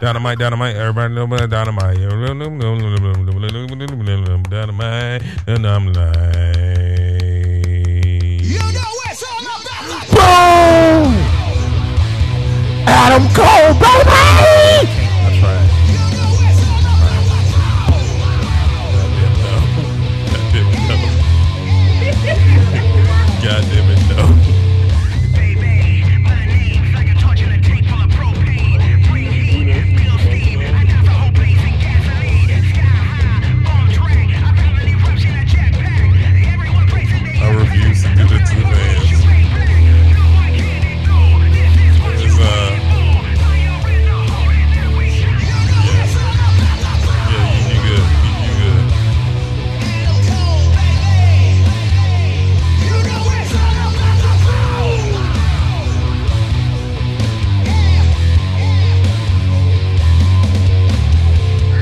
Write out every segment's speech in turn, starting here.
Dynamite, dynamite, everybody know about dynamite. Dynamite, and I'm like, You know it's all about like Boom! Adam Cole, baby! that's right. You know it's all about like God damn it, no. God damn it, no. Baby, my name's like a torture tank full of propane. Bring heat, build steam. I got the whole place in gasoline. Sky high, on track. I found an eruption, a jetpack. Everyone praising me. I refuse to give it to the fans. You ain't black. No, I can't ignore. This is what This you is, uh, waiting for. Now you're in the hole that we shot. You know it's all about the power. Yeah, you, you good. You, you good. Adam Cole, baby. You know it's all about the power.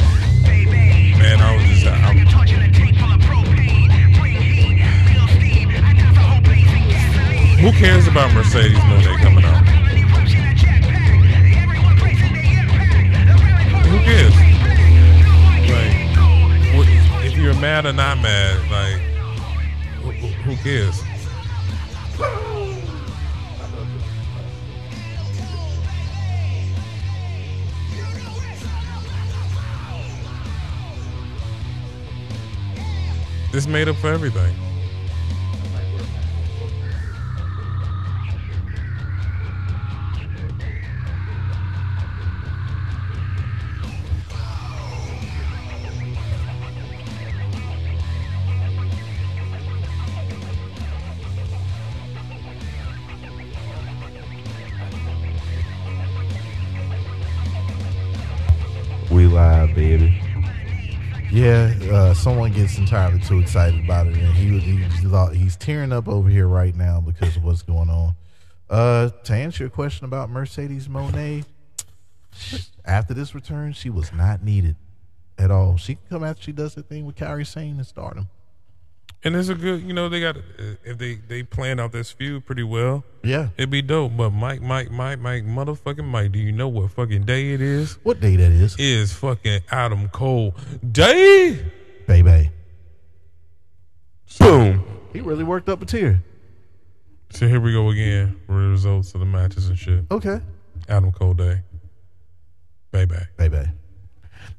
Man, I was just I'm- Who cares about Mercedes when they coming out? Who cares? cares? Like, what, Like, if you're mad or not mad, like, who, who who cares? This made up for everything. We live, baby. Yeah, uh, someone gets entirely too excited about it, and he was he was lo- he's tearing up over here right now because of what's going on. Uh, to answer your question about Mercedes Monet, after this return, she was not needed at all. She can come after she does the thing with Kyrie Sane and Stardom. And it's a good, you know, they got if they they planned out this feud pretty well, Yeah, it'd be dope. But Mike, Mike, Mike, Mike, motherfucking Mike, do you know what fucking day it is? what day that is, Is fucking Adam Cole Day. baby? Boom. He really worked up a tear. So here we go again. Results of the matches and shit. Okay, Adam Cole Day. Bye bye. baby.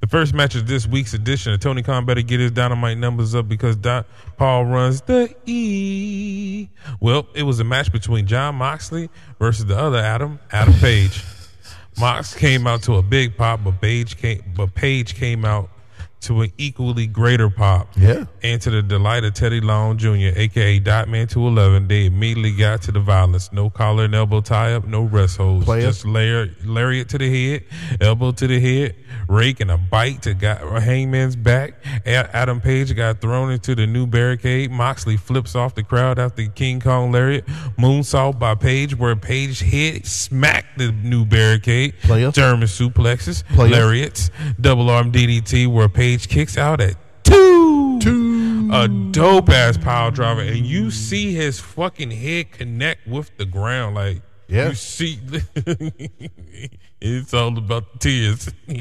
The first match of this week's edition. of Tony Khan better get his dynamite numbers up because Doc Paul runs the E. Well, it was a match between John Moxley versus the other Adam, Adam Page. Mox came out to a big pop, but Page came, but Page came out to an equally greater pop. Yeah. And to the delight of Teddy Long Jr., aka Dotman 211, they immediately got to the violence. No collar and elbow tie up, no rest holds. Player. Just layer, lariat to the head, elbow to the head, rake and a bite to got Hangman's back. A- Adam Page got thrown into the new barricade. Moxley flips off the crowd after the King Kong lariat. Moonsault by Page, where Page hit smacked the new barricade. Player. German suplexes, Player. lariats, double arm DDT, where Page kicks out at two. Two. A dope ass power driver, and you see his fucking head connect with the ground. Like, Yeah. you see, it's all about tears.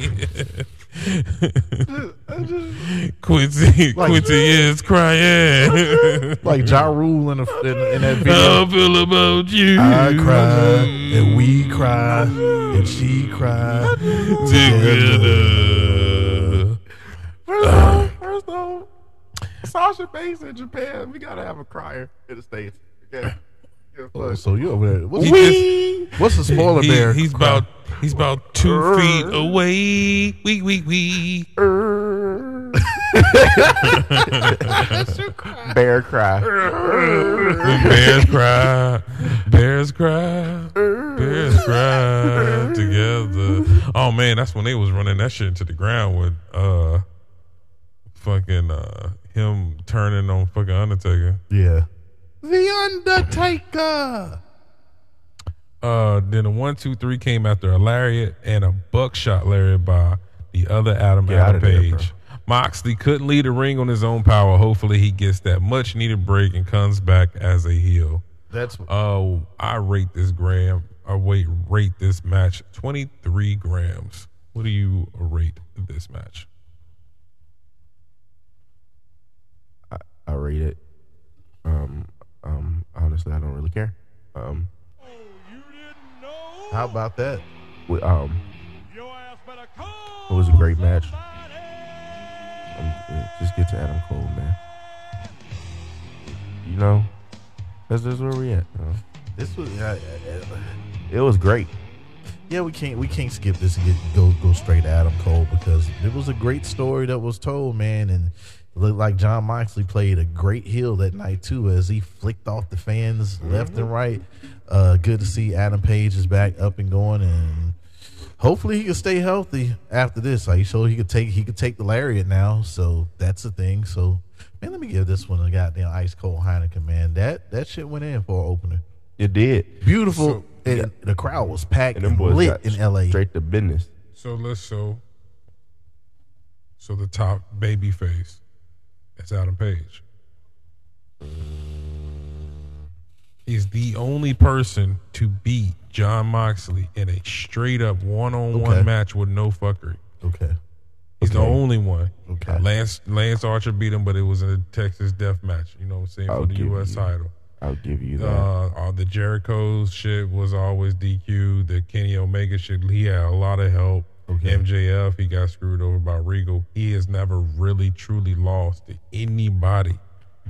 Quincy, Like- Quincy is crying. Like Ja Rule in, a, in, in that video. I feel about you. I cried, and we cried, and she cried. together. First Uh. off, first off, Sasha Banks in Japan, we gotta have a crier in the states. Yeah. Yeah, Oh, fuck. so you over there? What's, He Wee! what's the smaller He- bear? He's cry? about he's about two feet away. Wee wee wee. bear cry. When bears cry, bears cry, bears cry together. Oh man, that's when they was running that shit into the ground with uh, fucking uh, him turning on fucking Undertaker. Yeah. The Undertaker. Uh, then a one, two, three came after a lariat and a buckshot lariat by the other Adam Get Adam outta there, bro. Page. Moxley couldn't lead the ring on his own power. Hopefully, he gets that much needed break and comes back as a heel. That's Oh, I rate this gram. I wait, rate this match twenty three grams. What do you rate this match? I, I rate it. Um, um, honestly, I don't really care. Um, How about that? we, um, it was a great match. Um, uh, just get to Adam Cole, man. You know, that's just where we at. you know. This was uh, uh, uh, It was great. yeah. We can't we can't skip this and get, go go straight to Adam Cole because it was a great story that was told, man, and. it Looked like John Moxley played a great heel that night too, as he flicked off the fans left Mm-hmm. and right. Uh, good to see Adam Page is back up and going, and hopefully he can stay healthy after this. Like he showed he could take he could take the lariat now, so that's a thing. So man, let me give this one a goddamn ice cold Heineken, man. That that shit went in for an opener. It did. beautiful. So- and the crowd was packed And and, them boys lit got in LA. straight to business. So let's so so the top baby face is Adam Page. He's the only person to beat John Moxley in a straight up one on Okay. one match with no fuckery. Okay. He's the only one. Okay. Lance Lance Archer beat him, but it was in a Texas death match. You know what I'm saying? I'll For the give US you title. I'll give you that. Uh, all the Jericho shit was always DQ. The Kenny Omega shit, he had a lot of help. Okay. MJF, he got screwed over by Regal. He has never really truly lost to anybody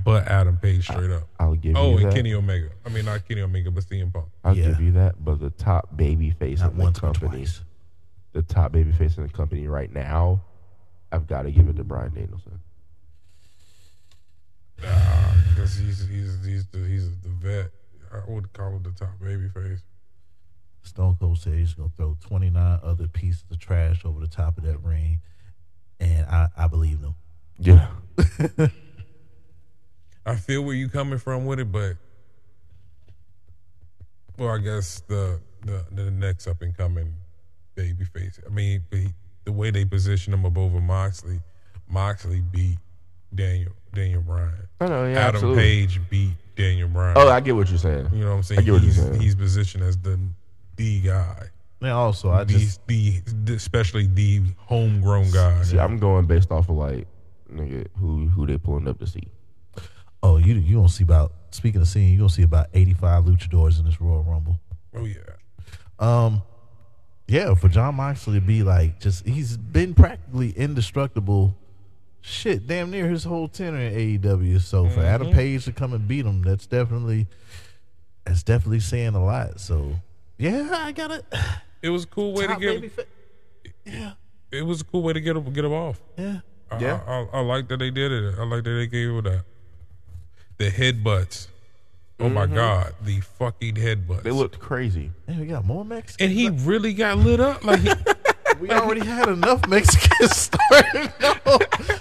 but Adam Page straight up. I'll give Oh, you and that. Kenny Omega. I mean, not Kenny Omega, but CM Punk. I'll Yeah. give you that. But the top baby face Not in the once but company, twice. the top baby face in the company right now, I've got to give it to Brian Danielson. Because he's he's he's the, he's the vet. I would call him the top baby face. Stone Cold said he's gonna throw 29 other pieces of trash over the top of that ring, and I, I believe him. Yeah. I feel where you coming from with it, but well, I guess the the, the next up and coming babyface. I mean, but he, the way they position him above a Moxley, Moxley beat Daniel Daniel Bryan. I know. Yeah. Adam absolutely. Page beat Daniel Bryan. Oh, I get what you're saying. you know what I'm saying? I get what you're he's, saying. he's positioned as the the guy, And also, I the, just the especially the homegrown guy. See, I'm going based off of like nigga who who they pulling up to see. oh you you gonna see about speaking of seeing you gonna see about 85 luchadors in this Royal Rumble. Oh yeah, Um, yeah, for John Moxley to be like just he's been practically indestructible. Shit, damn near his whole tenure in AEW. So Mm-hmm. for Adam Page to come and beat him, that's definitely that's definitely saying a lot. So yeah, I got it. it was a cool way to get him, yeah, it was a cool way to get him, get him off. yeah. I- Yeah. I, I, I like that they did it. I like that they gave it that. The headbutts. Oh my God, the fucking headbutts. They looked crazy. Man, we got more Mexicans. and he really got lit up. Like he, we already had enough Mexicans starting. off.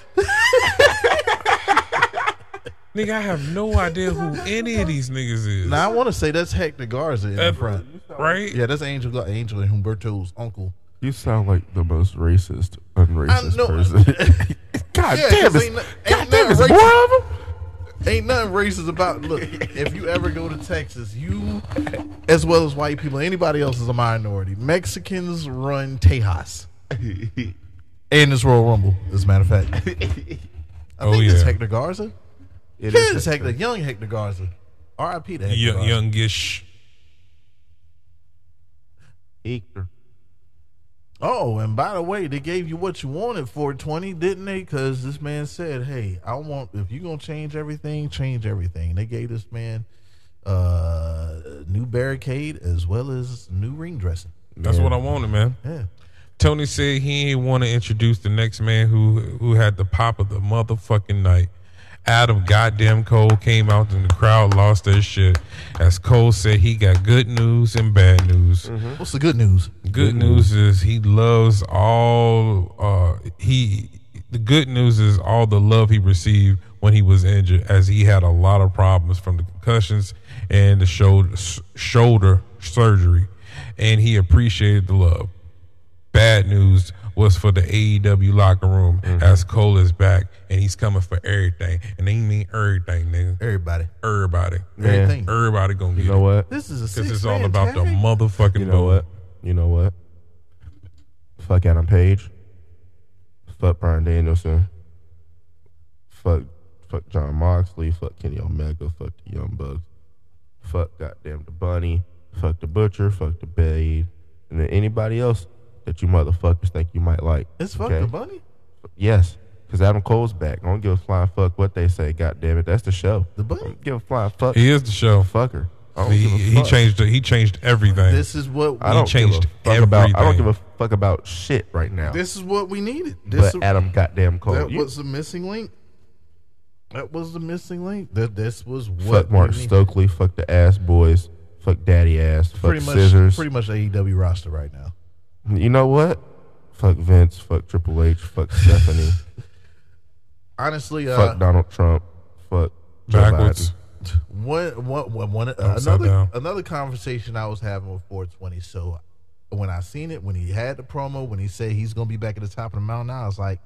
nigga, I have no idea who any of these niggas is. now I want to say that's Hector Garza in the That- front. right? Yeah, that's Angel Gar- Angel and Humberto's uncle. You sound like the most racist, unracist I know. person. God Yeah, 'cause damn it! ain't no- God ain't damn nothing it! More of them? Ain't nothing racist about. Look, if you ever go to Texas, you, as well as white people, anybody else is a minority. Mexicans run Tejas and this Royal Rumble. As a matter of fact, I think Oh it's yeah. Hector Garza. It It is is. Hector, young Hector Garza. R.I.P. to Hector. Young, Garza. youngish. Hector. Oh, and by the way, they gave you what you wanted for twenty, didn't they? Because this man said, "Hey, I want if you're gonna change everything, change everything." They gave this man uh a new barricade as well as new ring dressing. That's what I wanted, man. Yeah. Tony said he ain't want to introduce the next man who who had the pop of the motherfucking night. Adam goddamn Cole came out and the crowd lost their shit. As Cole said, he got good news and bad news. Mm-hmm. What's the good news? Good news is he loves all uh he the good news is all the love he received when he was injured as he had a lot of problems from the concussions and the shoulder s- shoulder surgery and he appreciated the love. Bad news was for the AEW locker room Mm-hmm. as Cole is back and he's coming for everything and they mean everything nigga. Everybody. Everybody. Everything. Everybody going to get You know it what? This is a cuz six it's all about the tag. motherfucking You know vote. what? You know what? Fuck Adam Page. Fuck Brian Danielson. Fuck fuck John Moxley. Fuck Kenny Omega. Fuck the Young Bucks. Fuck goddamn the Bunny. Fuck the Butcher. Fuck the Blade. And then anybody else that you motherfuckers think you might like. It's fuck okay? the bunny. Yes, because Adam Cole's back. I don't give a flying fuck what they say. God damn it, that's the show. The Bunny? I don't give a flying fuck. He is the show. fucker. I don't He, give a he fuck. changed. He changed everything. This is what I we, don't give a changed fuck about. I don't everything. give a fuck about shit right now. this is what we needed. This but Adam goddamn Cole. that You was the missing link. That was the missing link. That this was what fuck Mark we needed. Stokely. Fuck the ass boys. Fuck daddy ass. Fuck Pretty much, scissors. pretty much AEW roster right now. you know what? Fuck Vince. Fuck Triple H. Fuck Stephanie. Honestly, uh, fuck Donald Trump. Fuck Joe backwards. One, one, one, one uh, Upside another down. another conversation I was having with 420. So when I seen it, when he had the promo, when he said he's gonna be back at the top of the mountain, I was like,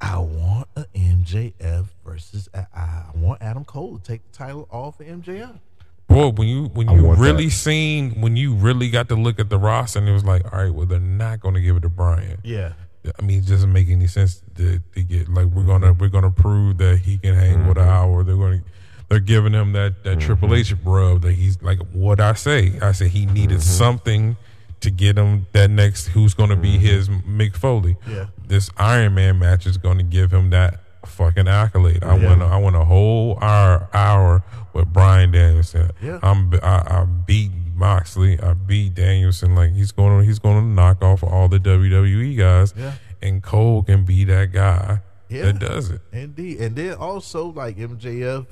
I want a MJF versus I, I want Adam Cole to take the title off of MJF. Boy, when you when I you want really that. seen when you really got to look at the roster and it was like, all right, well they're not going to give it to Brian. Yeah, I mean, it doesn't make any sense to, to get like we're gonna we're gonna prove that he can hang with an Mm-hmm. hour. They're going to they're giving him that that Triple H rub that he's like what I say. I said he Mm-hmm. needed something to get him that next who's going to be his Mick Foley. Mm-hmm. Yeah. This Iron Man match is going to give him that fucking accolade. I Yeah. want a, I want a whole hour hour with Brian Danielson. Yeah. I'm I, I beat Moxley. I beat Danielson. Like he's going to he's going to knock off all the WWE guys. Yeah. And Cole can be that guy Yeah. that does it. indeed. And then also like MJF,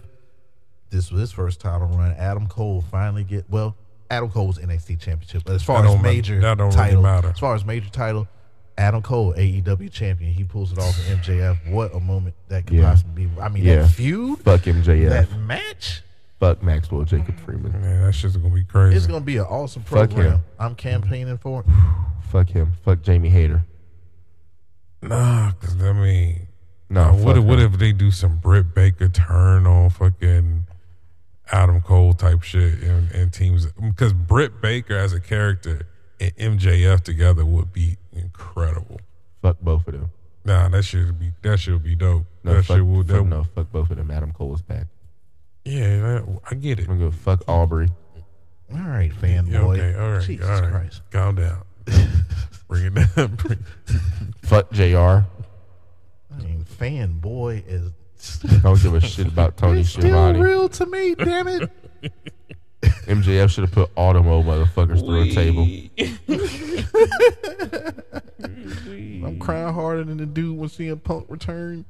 this was his first title run. Adam Cole finally get well. Adam Cole's NXT championship, but as far That as don't ma- major that don't really title, matter. as far as major title, Adam Cole AEW champion, he pulls it off in MJF. What a moment that could Yeah. possibly be! I mean, Yeah. that feud, Fuck MJF. that match, fuck Maxwell Jacob Freeman. Man, that shit's gonna be crazy. it's gonna be an awesome Fuck program. him. I'm campaigning for it. Fuck him. Fuck Jamie Hayter. nah, cause I mean, No. what if, fuck what him. if they do some Britt Baker turn on fucking Adam Cole type shit and, and teams? Because Britt Baker as a character and MJF together would be incredible. Fuck both of them. Nah, that shit would be that shit would be dope. No, that fuck, shit would. fuck That, no, fuck both of them. Adam Cole is back. Yeah, that, I get it. I'm gonna go fuck Aubrey. All right, fanboy. Yeah, okay, all right, Jesus all right. Christ. Calm down. Bring it down. Bring- Fuck JR. I mean, fanboy is I don't give a shit about Tony it's still Schiavone. real to me. Damn it. MJF should have put all them old motherfuckers through a table. I'm Mm. crying harder than the dude when CM Punk returned.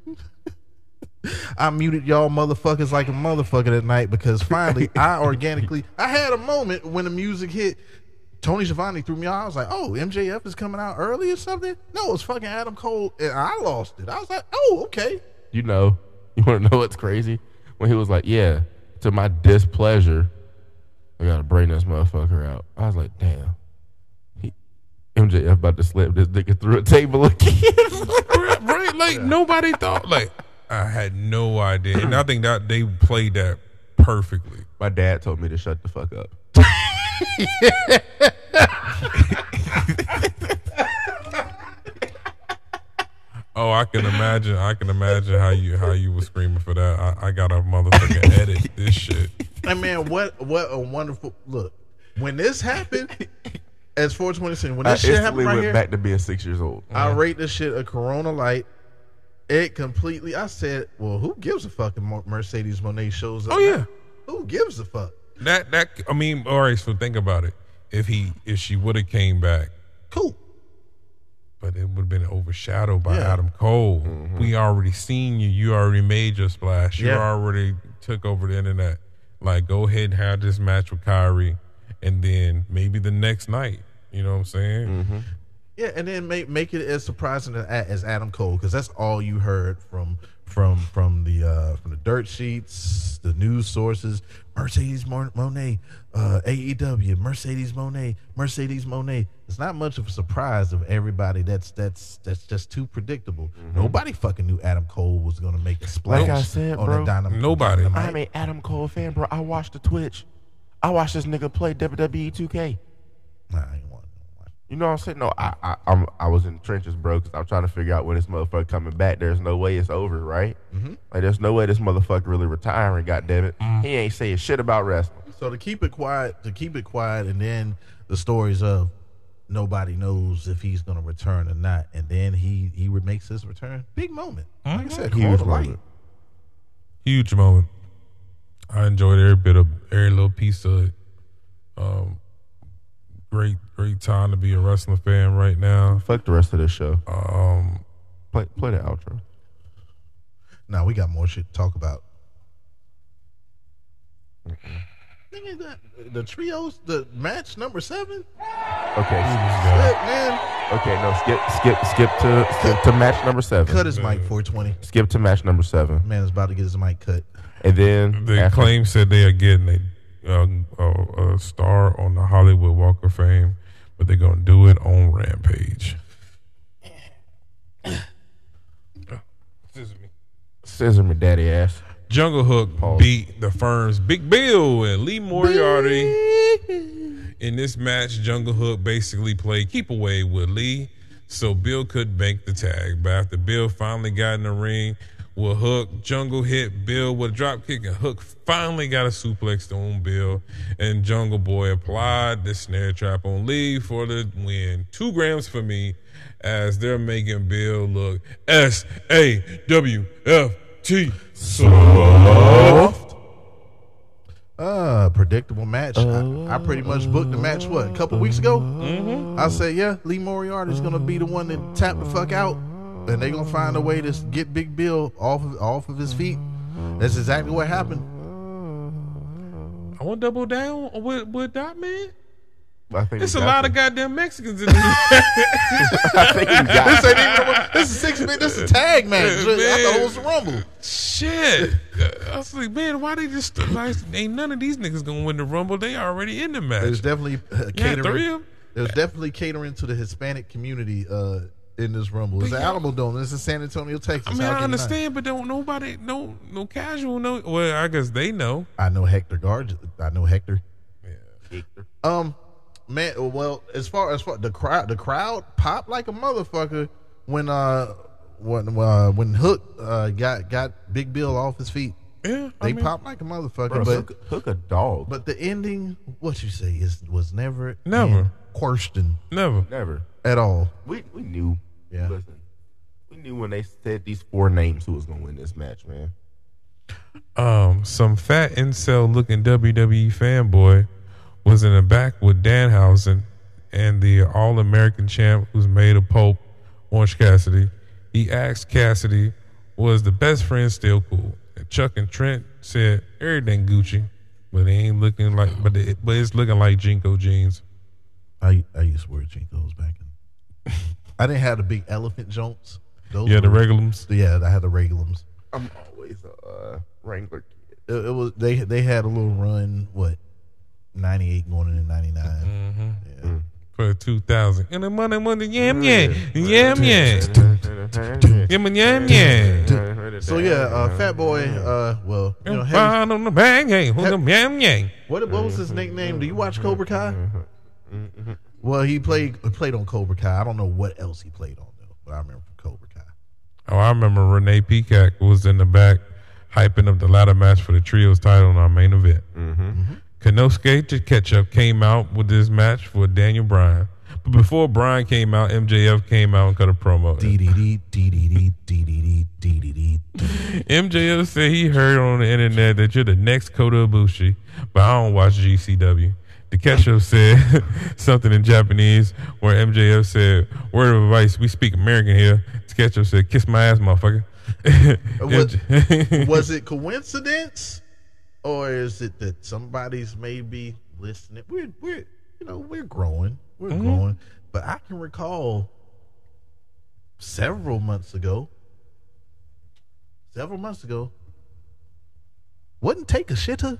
I muted y'all motherfuckers like a motherfucker that night because finally I organically I had a moment when the music hit. Tony Giovanni threw me off. I was like, "Oh, MJF is coming out early or something." No, it's fucking Adam Cole, and I lost it. I was like, "Oh, okay." You know, you want to know what's crazy? When he was like, "Yeah," to my displeasure, I gotta bring this motherfucker out. I was like, "Damn." He- MJF about to slip this nigga through a table again. right, right? Like nobody thought. Like Hmm. I had no idea, and I think that they played that perfectly. my dad told me to shut the fuck up. Oh, I can imagine. I can imagine how you how you were screaming for that. I, I gotta motherfucking edit this shit. And man, what what a wonderful look when this happened. As 420 said, when I this shit Uh, instantly happened right went here, back to being six years old. I rate this shit a Corona Light. It completely. I said, well, who gives a fuck if Mer- Mercedes Monet shows up? Oh yeah, Who gives a fuck? that that. I mean, all right. So think about it. If he if she would have came back, Cool. but it would have been overshadowed by Yeah. Mm-hmm. Adam Cole. We already seen you. You already made your splash. You Yeah. already took over the internet. Like, go ahead and have this match with Kyrie, and then maybe the next night. You know what I'm saying? Mm-hmm. Yeah, and then make make it as surprising to- as Adam Cole because that's all you heard from from from the uh, from the dirt sheets, the news sources. Mercedes Mon- Monet, uh, AEW, Mercedes Monet, Mercedes Monet. It's not much of a surprise of everybody. That's that's that's just too predictable. Nobody fucking knew Adam Cole was gonna make a splash. Mm-hmm. I said, on bro, the dynam- nobody. Dynamite. I'm an Adam Cole fan, bro. I E watched the Twitch. I watched this nigga play WWE 2K. Nah, I ain't want to watch You know what I'm saying? No, I I I'm, I was in the trenches, bro, because I'm trying to figure out when this motherfucker coming back. There's no way it's over, right? Like there's no way this motherfucker really retiring. God damn it, he ain't saying shit about wrestling. So to keep it quiet, to keep it quiet, and then the stories of nobody knows if he's going to return or not, and then he he re- makes his return. Big moment. Like I said, call Huge the light. moment. Huge moment. I enjoyed every bit of every little piece of it. Um, great, great time to be a wrestling fan right now. Fuck the rest of this show. Um, Play play the outro. Now we got more shit to talk about. Nigga, the, the trios, the match number seven. Okay, Shit, man, okay, no, skip skip skip to skip to match number seven. cut his mic 420. Skip to match number seven, Man is about to get his mic cut. and then the after- claim said they are getting a, a, a, a star on the Hollywood Walk of Fame, but they're gonna do it on Rampage. Excuse me. scissor my daddy ass. Jungle Hook beat the firm's Big Bill and Lee Moriarty. In this match, Jungle Hook basically played keep away with Lee so Bill could bank the tag. But after Bill finally got in the ring with Hook, Jungle hit Bill with a drop kick, and Hook finally got a suplex on Bill. And Jungle Boy applied the snare trap on Lee for the win. Two grams for me as they're making Bill look S A W F T. Uh, predictable match. I, I pretty much booked the match. What a couple weeks ago, mm-hmm. I said, yeah, Lee Moriarty's gonna be the one that tap the fuck out, and they gonna find a way to s- get Big Bill off of, off of his feet. That's exactly what happened. I want to double down with with that man. I think It's a lot of goddamn Mexicans in this. I think we got This ain't even a- this is six minutes. This is a tag match. I thought it was a rumble. Shit, I was like, man, why they just like ain't none of these niggas gonna win the rumble? They already in the There's match. definitely Yeah, three uh, of catering. 'em. There's definitely catering to the Hispanic community uh, in this rumble. It's the yeah. Alamo Dome. This is San Antonio, Texas. I mean, How I can you not? understand, but don't nobody, no, no casual, no. Well, I guess they know. I know Hector Guard. I know Hector. Um, man. Well, as far as far the crowd, the crowd popped like a motherfucker when uh when uh, when Hook uh got got Big Bill off his feet. Yeah, They I mean, popped like a motherfucker, Bro, but hook, hook a dog. but the ending, what you say is was never Never. in question never. Never. at all. We we knew. Yeah. Listen, we knew when they said these four names who was gonna win this match, man. Um, some fat incel looking WWE fanboy was in the back with Danhausen and the All American champ who's made a Pope, Orange Cassidy. He asked Cassidy, Was the best friend still cool? And Chuck and Trent said, Everything Gucci, but it ain't looking like, but, it, but it's looking like Jinko jeans. I I used to wear jinkos back in. I didn't have the big elephant jumps. Those Yeah, the were- regulars. Yeah, I had the regulums. I'm always a uh, Wrangler kid. it, it was they they had a little run what 98 going into 99 yeah. For 2000. And the money, money, yam, yam, yam, yam, yam, yam, yam. so yeah uh, fat boy uh well you know heavy, Fine on the bang, hey, on the yam, yam. what, what was his nickname do you watch cobra kai Mm-hmm. well he played he played on cobra kai i don't know what else he played on though but i remember from cobra kai Oh, I remember Renee Peacock was in the back hyping up the ladder match for the trios title in our main event. Kenosuke to Ketchup came out with this match for Daniel Bryan. But before Bryan came out, MJF came out and cut a promo. dee dee dee dee dee dee dee dee dee MJF said he heard on the internet that you're the next Kota Ibushi, but I don't watch GCW. The ketchup said something in Japanese where MJF said, Word of advice, we speak American here. The ketchup said, Kiss my ass, motherfucker. What- was it coincidence or is it that somebody's maybe listening we're we're you know we're growing we're growing but i can recall several months ago several months ago wouldn't take a shitter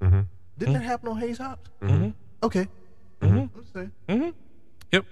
Mm-hmm. didn't that happen on hayes hops okay mm-hmm. I'm just saying. Yep.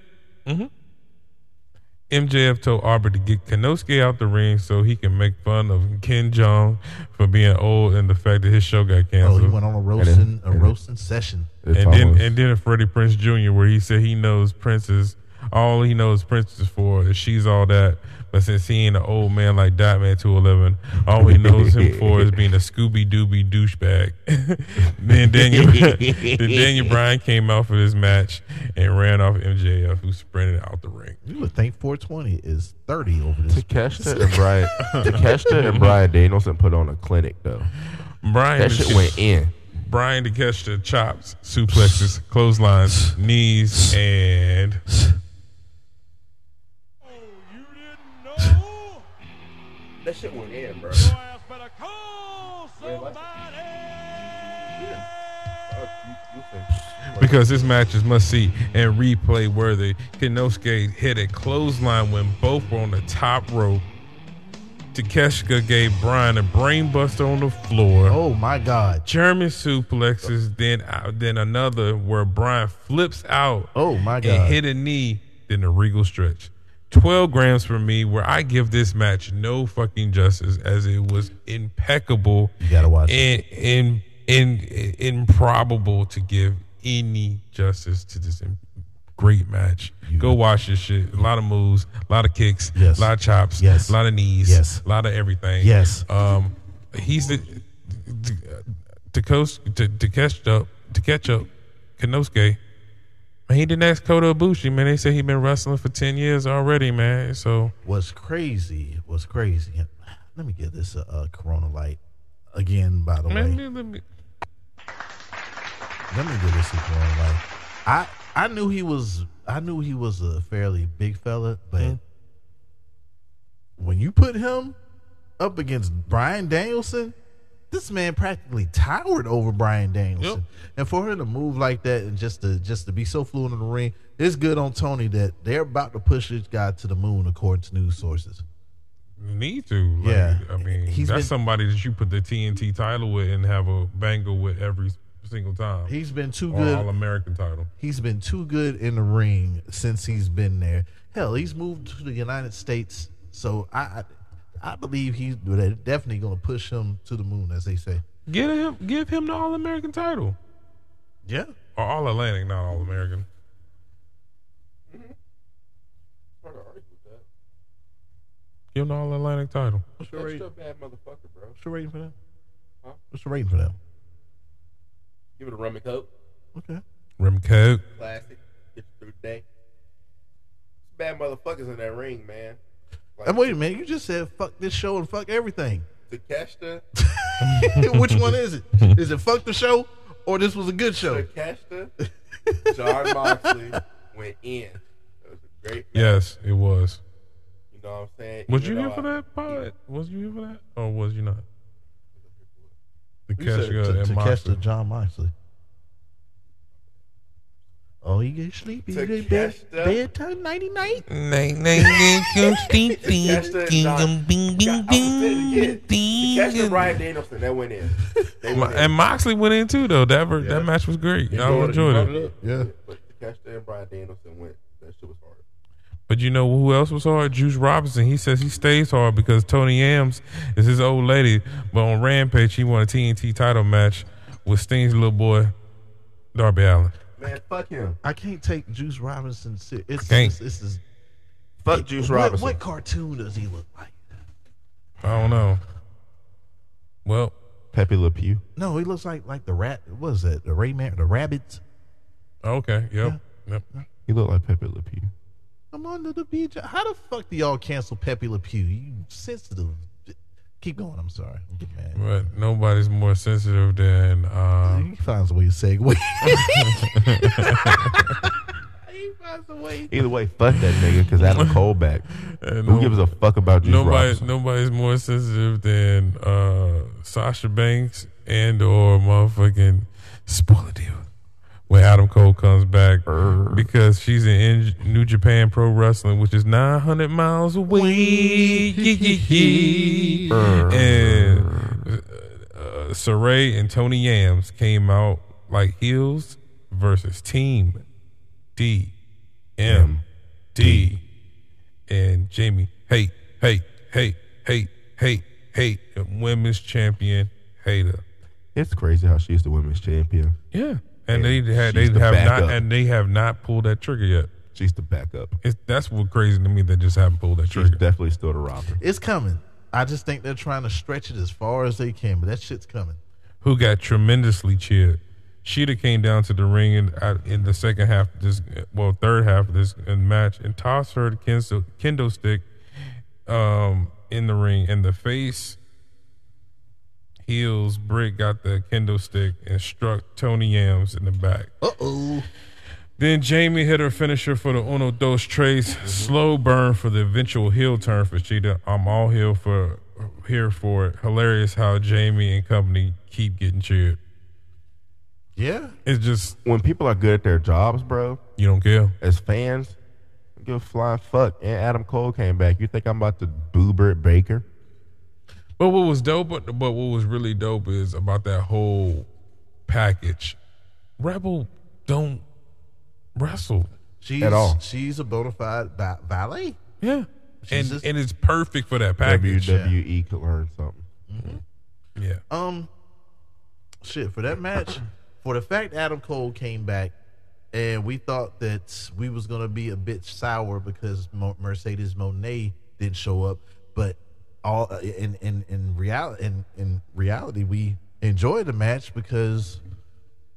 MJF told Arbor to get Kanosuke out the ring so he can make fun of Ken Jong for being old and the fact that his show got Oh, he canceled. went on a roasting a Mm-hmm. and- roasting session. It's and then almost- and then a Freddie Prince Jr. where he said he knows Prince's all he knows Prince is for is she's all that. But since he ain't an old man like Dot Man 211, all he knows him for is being a Scooby Dooby douchebag. then Daniel then Daniel Bryan came out for this match and ran off MJF who sprinted out the ring. You would think 420 is 30 over this. Takeshita and Brian Takeshita and Brian Danielson put on a clinic though. Brian That shit went in. Brian to catch the chops, suplexes, clotheslines, knees, and That shit went in, bro. because this match is must see and replay worthy. Kinosuke hit a clothesline when both were on the top rope. Takeshka gave Brian a brainbuster on the floor. Oh my God. German suplexes, then uh, then another where Brian flips out Oh my and God. hit a knee, then a regal stretch. 12 grams for me, where I give this match no fucking justice as it was impeccable You gotta watch it. and, and, and, improbable to give any justice to this im- great match. Go watch this shit. A lot of moves, a lot of kicks, Yes. a lot of chops, Yes. a lot of knees, Yes. a lot of everything. Yes. Um, he's the to coast to, to catch up to catch up Kanosuke. Man, he didn't ask Kota Ibushi. Man, they said he been wrestling for ten years already. Man, so What's crazy? What's crazy? Let me give this a, a Corona light again. By the way, man, let me- let me give this a Corona light. I I knew he was I knew he was a fairly big fella, but when you put him up against Brian Danielson, this man practically towered over Brian Danielson. Yep. And for him to move like that and just to just to be so fluent in the ring, it's good on Tony that they're about to push this guy to the moon, according to news sources. need to. Like, Yeah. I mean, He's that's been- somebody that you put the TNT title with and have a banger with every single time. He's been too or All good. American title. He's been too good in the ring since he's been there. Hell, he's moved to the United States, so I I, I believe he's they're definitely going to push him to the moon, as they say. Give him, give him the All American title Yeah. or All Atlantic, not All American. Give him the All Atlantic title. What's your, rating, bad motherfucker, bro. what's your rating for that? What's your rating for that? Give it a rum and coke. Okay. Rim coat. Plastic. Get you through the day. Bad motherfuckers in that ring, man. And Uh, wait a minute, you just said fuck this show and fuck everything. Takeshita, Which one is it? Is it fuck the show or this was a good show? Takeshita, John Moxley went in. That was a great match. Yes, it was. You know what I'm saying? Was Even you here though for I- that pod? Was you here for that, or was you not? The You said Kesha to, and to catch the Moxley. John Moxley. Oh, you get sleepy. To You get bed, catch the- bedtime nighty night. Nay, nay, nay, come steep, That's the- ding, nah, dum, bing, bing, God, I'm saying it bing, again. ding. Takeshita, Ryan Danielson, that went in. They Mo- went in. And Moxley went in too, though. That ver- that match was great. I enjoyed it. Yeah. But Takeshita and Brian Danielson went. That shit was hard. But you know who else was hard? Juice Robinson. He says he stays hard because Tony Yams is his old lady. But on Rampage, he won a TNT title match with Sting's little boy, Darby Allen. Man, fuck him. I can't take Juice Robinson. ser- It's Can't. this this is Fuck Juice what, Robinson. What cartoon does he look like? I don't know. Well, Pepe Le Pew. No, he looks like like the rat. What is that? The Rayman, the rabbits. okay, yep, yep. He looked like Pepe Le Pew. I'm under the beach. How the fuck do y'all cancel Pepe Le Pew? You sensitive. Keep going. I'm sorry. I'm getting mad. But nobody's more sensitive than uh, He finds a way to segue. he finds a way. Either way, fuck that nigga because Adam Cole back. and Who no- gives a fuck about Juice nobody. Robinson? Nobody's more sensitive than uh, Sasha Banks and or motherfucking spoiler deal when Adam Cole comes back. Err. because she's in, in New Japan Pro Wrestling, which is 900 miles away. Yeah, yeah, yeah. and uh, Saray and Tony Yams came out like heels versus Team D M D, and Jamie. Hey, hey, hey, hey, hey, hey, women's champion hater. It's crazy how she's the women's champion. Yeah, and they And had they she's the have not backup. and they have not pulled that trigger yet. She's the backup. It's, that's what crazy to me. They just haven't pulled that She's trigger. definitely still the robber. It's coming. I just think they're trying to stretch it as far as they can, but that shit's coming. who got tremendously cheered. Sheeta came down to the ring in, uh, in the second half, of this well, third half of this uh, match, and tossed her kendo, kendo stick um, in the ring. And the face heels Britt got the kendo stick and struck Tony Yams in the back. Uh oh. Then Jamie hit her finisher for the uno dos tres. Slow burn for the eventual heel turn for Cheetah. I'm all here for here for it. Hilarious how Jamie and company keep getting cheered. Yeah. It's just When people are good at their jobs, bro, you don't care. as fans, give a flying fuck. And Adam Cole came back. You think I'm about to boo Britt Baker? But what was dope, but, but what was really dope is about that whole package. Rebel don't wrestle. She's, At all. She's a bona fide ba- valet. Yeah, and She's just- and it's perfect for that package. WWE E could learn something. yeah, Um, shit, for that match, for the fact Adam Cole came back and we thought that we was going to be a bit sour because Mo- Mercedes Monet didn't show up, but all uh, in in in reality in, in reality we enjoyed the match because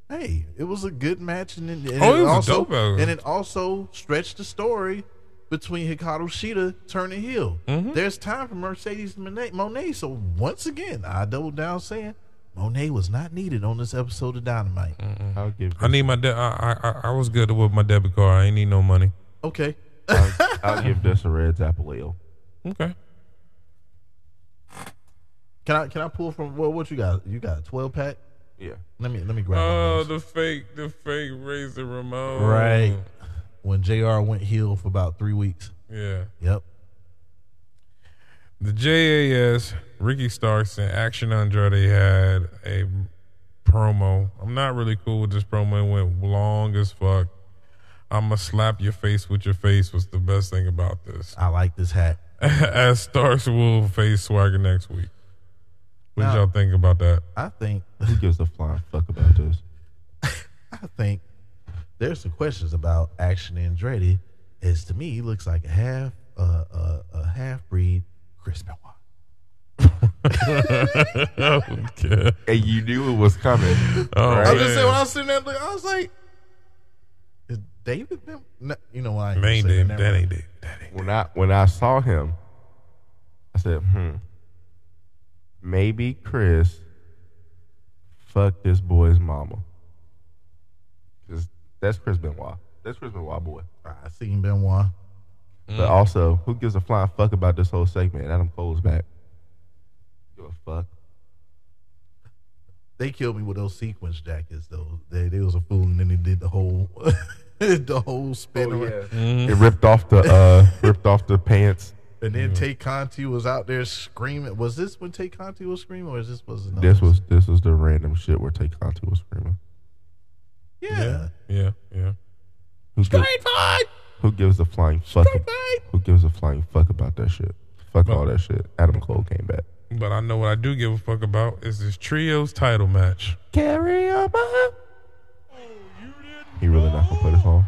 hey, it was a good match and, it- and Oh, it was a also dope match. and it also stretched the story between Hikaru Shida turning heel. Mm-hmm. There's time for Mercedes Monet, Monet. So once again, I double down saying Monet was not needed on this episode of Dynamite. Mm. I'll give I need my de- I, I- I I was good with my debit card. I ain't need no money. Okay, I'll, I'll give this a Red's apple ale. Okay, can I can I pull from well, what you got? You got a twelve pack. Yeah. Let me let me grab. my Oh, list. the fake, the fake Razor Ramon. right when Jr. went heel for about three weeks. Yeah. Yep. The JAS, Ricky Starks, and Action Andrade had a promo. I'm not really cool with this promo. It went long as fuck. I'ma slap your face with your face was the best thing about this. I like this hat. As Starks will face Swagger next week. What did Now- y'all think about that? I think Who gives a flying fuck about this? I think there's some questions about Action Andretti. As to me, he looks like a half uh, uh, a half breed Chris Benoit. okay. And you knew it was coming. Uh, Oh, I man. was just saying when I was sitting there, like, I was like, "Is David? Ben- no, you know why? Man, ain't Dave. That ain't Dave. That ain't when I when I saw him, I said, hmm. Maybe Chris fucked this boy's mama. Cause that's Chris Benoit. That's Chris Benoit boy. I seen Benoit. But also, who gives a flying fuck about this whole segment? Adam Cole's back. Give a fuck. They killed me with those sequence jackets though. They they was a fool, and then they did the whole the whole spin. around. It ripped off the uh ripped off the pants. And then Tay Conti was out there screaming. Was this when Tay Conti was screaming, or is this was another- This was this was the random shit where Tay Conti was screaming. yeah. Yeah, yeah. Who, gi- who gives a flying fuck? ab- Who gives a flying fuck about that shit? Fuck all that shit. Adam Cole came back. But I know what I do give a fuck about is this trios title match. Carry on my. He really not gonna play the song.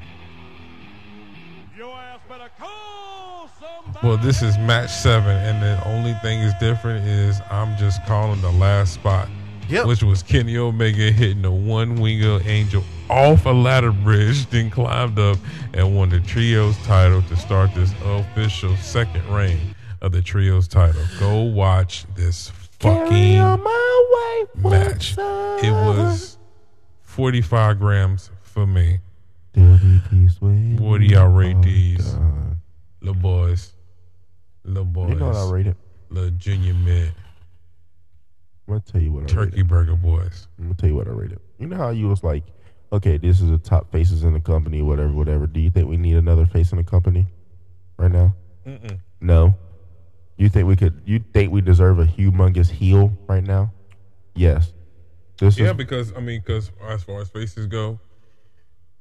Well, this is match seven, and the only thing is different is I'm just calling the last spot, Yep. which was Kenny Omega hitting the one winger angel off a ladder bridge, then climbed up and won the trios title to start this official second reign of the trios title. Go watch this Carry on fucking my way. match. It was 45 grams for me. WD swing. What do y'all rate Oh, these? God. Little boys, little boys, You know what I rate it? little junior mid. I'm gonna tell you what I rate it. Turkey Burger Boys. I'm gonna tell you what I rated. You know how you was like, okay, this is the top faces in the company, whatever, whatever. Do you think we need another face in the company right now? No. You think we could? You think we deserve a humongous heel right now? Yes. This Yeah, is because I mean, because as far as faces go,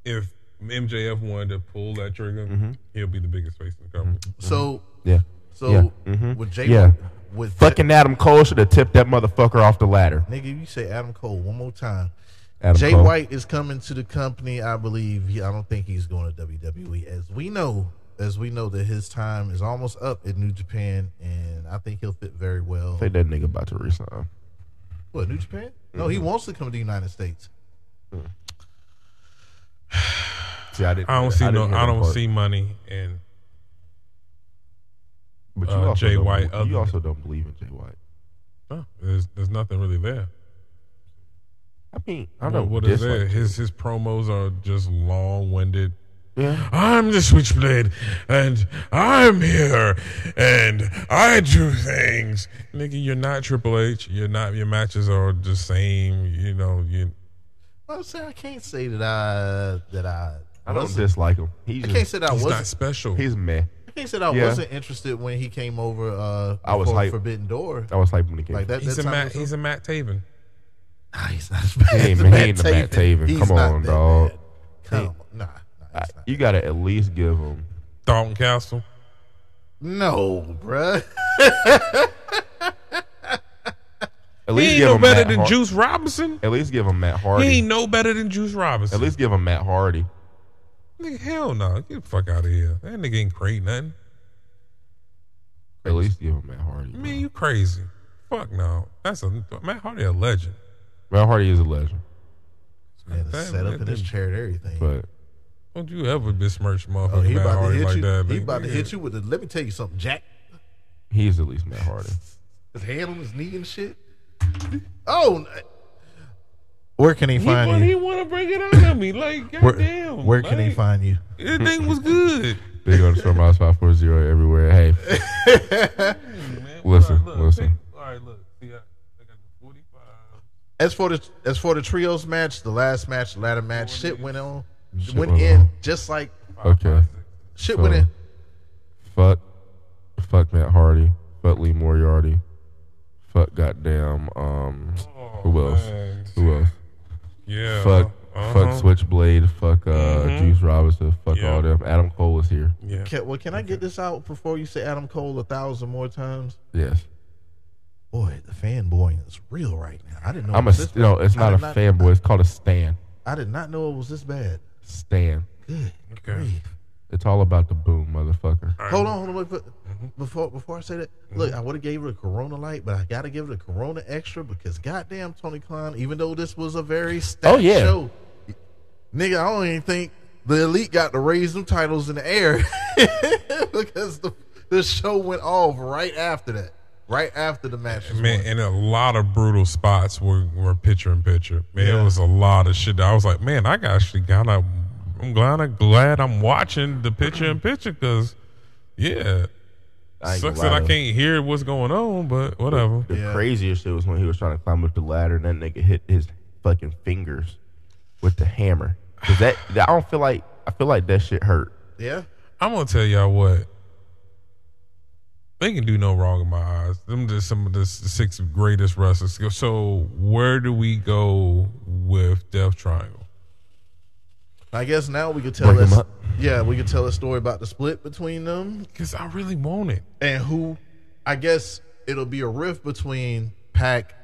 if MJF wanted to pull that trigger, Mm-hmm. he'll be the biggest face in the company. So Yeah. so Mm-hmm. Yeah, mhm. with J Yeah. with that- Fucking Adam Cole should have tipped that motherfucker off the ladder. nigga, you say Adam Cole one more time. Adam Jay Cole. White is coming to the company, I believe. He, I don't think he's going to WWE. As we know, as we know that his time is almost up in New Japan, and I think he'll fit very well. I think that nigga about to resign. What New Japan? No, he wants to come to the United States. See, I, didn't, I don't see didn't no. hear I that don't part. see money and But uh, also Jay don't White believe- other You than- also don't believe in Jay White. no, there's there's nothing really there. I mean, I What- don't what is dislike that? Jay. His his promos are just long winded. Yeah. I'm the Switchblade, and I'm here, and I do things. Nigga, you're not Triple H. You're not. Your matches are the same. You know. You I'm saying I can't say that I that I I don't wasn't- dislike him. He's I just, can't say that I he's not wasn't. special. he's meh. I can't say that I Yeah. wasn't interested when he came over. Uh, I was for hyped. Forbidden Door. I was like when he came. Like that. He's that a time Matt. was- He's a Matt Taven. Nah, he's not as bad He ain't- as he Matt ain't the Matt Taven. He's Come not on, that dawg. bad. Come on. Nah, nah, he's not. You gotta at least give him. Dalton Castle. No, bruh. At He least ain't give no him better Matt than Har- Juice Robinson. At least give him Matt He Hardy. ain't no better than Juice Robinson. At least give him Matt Hardy. Nigga, hell no. Get the fuck out of here. That nigga ain't create nothing. At least give him Matt Hardy. I bro. mean, you crazy. Fuck no. That's a Matt Hardy a legend. Matt Hardy is a legend, Man, the Damn, setup that in his dude- chair and everything. but Don't you ever besmirch motherfucker oh, he Matt about to Hardy hit like you. that. he nigga. about to hit you with the. Let me tell you something, Jack. he's at least Matt Hardy. His hand on his knee and shit. Oh. n- Where can he He want, find he you? want to bring it out of me. Like, Where, goddamn. where can he like, find you? That thing was good. Big underscore miles five four zero everywhere. Hey, Man, Listen, all right, look, listen. All right, look. See, I, I got the 45. As for the as for the trios match, the last match, the ladder match, shit went on, went went in on. just like okay, shit So- went in. fuck, fuck Matt Hardy, fuck Lee Moriarty, fuck goddamn um Oh, who else? man. Who else? Yeah. Fuck, uh-huh. fuck Switchblade, fuck uh Juice Robinson, fuck Yeah. all them. Adam Cole is here. Yeah. Can, well, can I get this out before you say Adam Cole a thousand more times? Yes. Boy, the fanboying is real right now. I didn't know. I'm it a was this you know, it's I not a did not- fanboy, it's called a stan. I did not know it was this bad. Stan. Okay. It's all about the boom, motherfucker. Hold on, hold on. Wait, but mm-hmm. before before I say that, look, I would have gave it a Corona light, but I got to give it a Corona extra because goddamn Tony Khan, even though this was a very stacked Oh, yeah. show, nigga, I don't even think the elite got to raise them titles in the air because the the show went off right after that, right after the match. was Man, won. and a lot of brutal spots were, were picture in picture. Man, Yeah. it was a lot of shit. That I was like, man, I got actually kind of, I'm glad, I'm glad I'm watching the picture in picture because, yeah, I ain't gonna sucks that lie, I though. can't hear what's going on, but whatever. The Yeah. craziest shit was when he was trying to climb up the ladder and that nigga hit his fucking fingers with the hammer. Cause that, that I don't feel like I feel like that shit hurt. yeah, I'm gonna tell y'all what. They can do no wrong in my eyes. Them just some of the s- six greatest wrestlers. So where do we go with Death Triangle? I guess now we could tell Break 'em us. up. Yeah, we could tell a story about the split between them Because I really want it. and who I guess it'll be a rift between Pac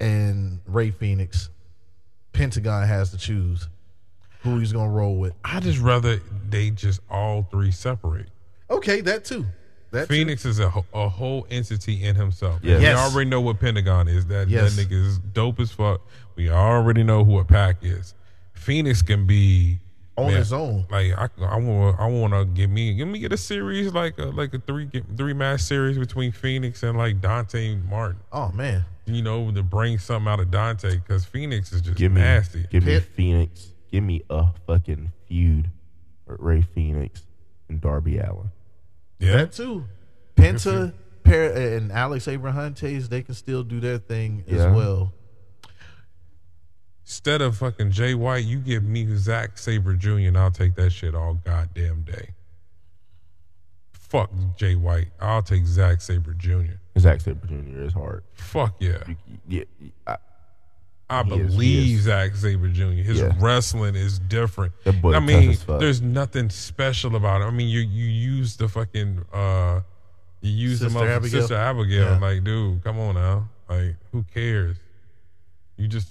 and Ray Phoenix. Pentagon has to choose who he's gonna roll with. I just rather they just all three separate. Okay, that too. That too. Phoenix is a, ho- a whole entity in himself. Yes. We Yes. already know what Pentagon is. That Yes. that nigga is dope as fuck. We already know who a pack is. Phoenix can be On his own. Like I, I want, I want to give me, give me get a series like a, like a three three match series between Phoenix and like Dante Martin. Oh man, You know to bring something out of Dante because Phoenix is just Give me nasty. give me Pit. Phoenix. Give me a fucking feud with Ray Phoenix and Darby Allen. yeah, that too. Penta, Per and Alex Abrahantes, they can still do their thing Yeah. as well. instead of fucking Jay White, you give me Zach Saber Jr. and I'll take that shit all goddamn day. Fuck Jay White. I'll take Zach Saber Jr. Zack Sabre Jr. is hard. Fuck yeah. You- Yeah, I, I He is- believe he is. Zack Saber Jr. His Yeah. wrestling is different. That boy I tough mean, as fuck. there's nothing special about it. I mean, you you use the fucking uh, you use the Sister mother, Abigail. Sister Abigail. Yeah. Like, dude, come on now. Like, who cares? You just,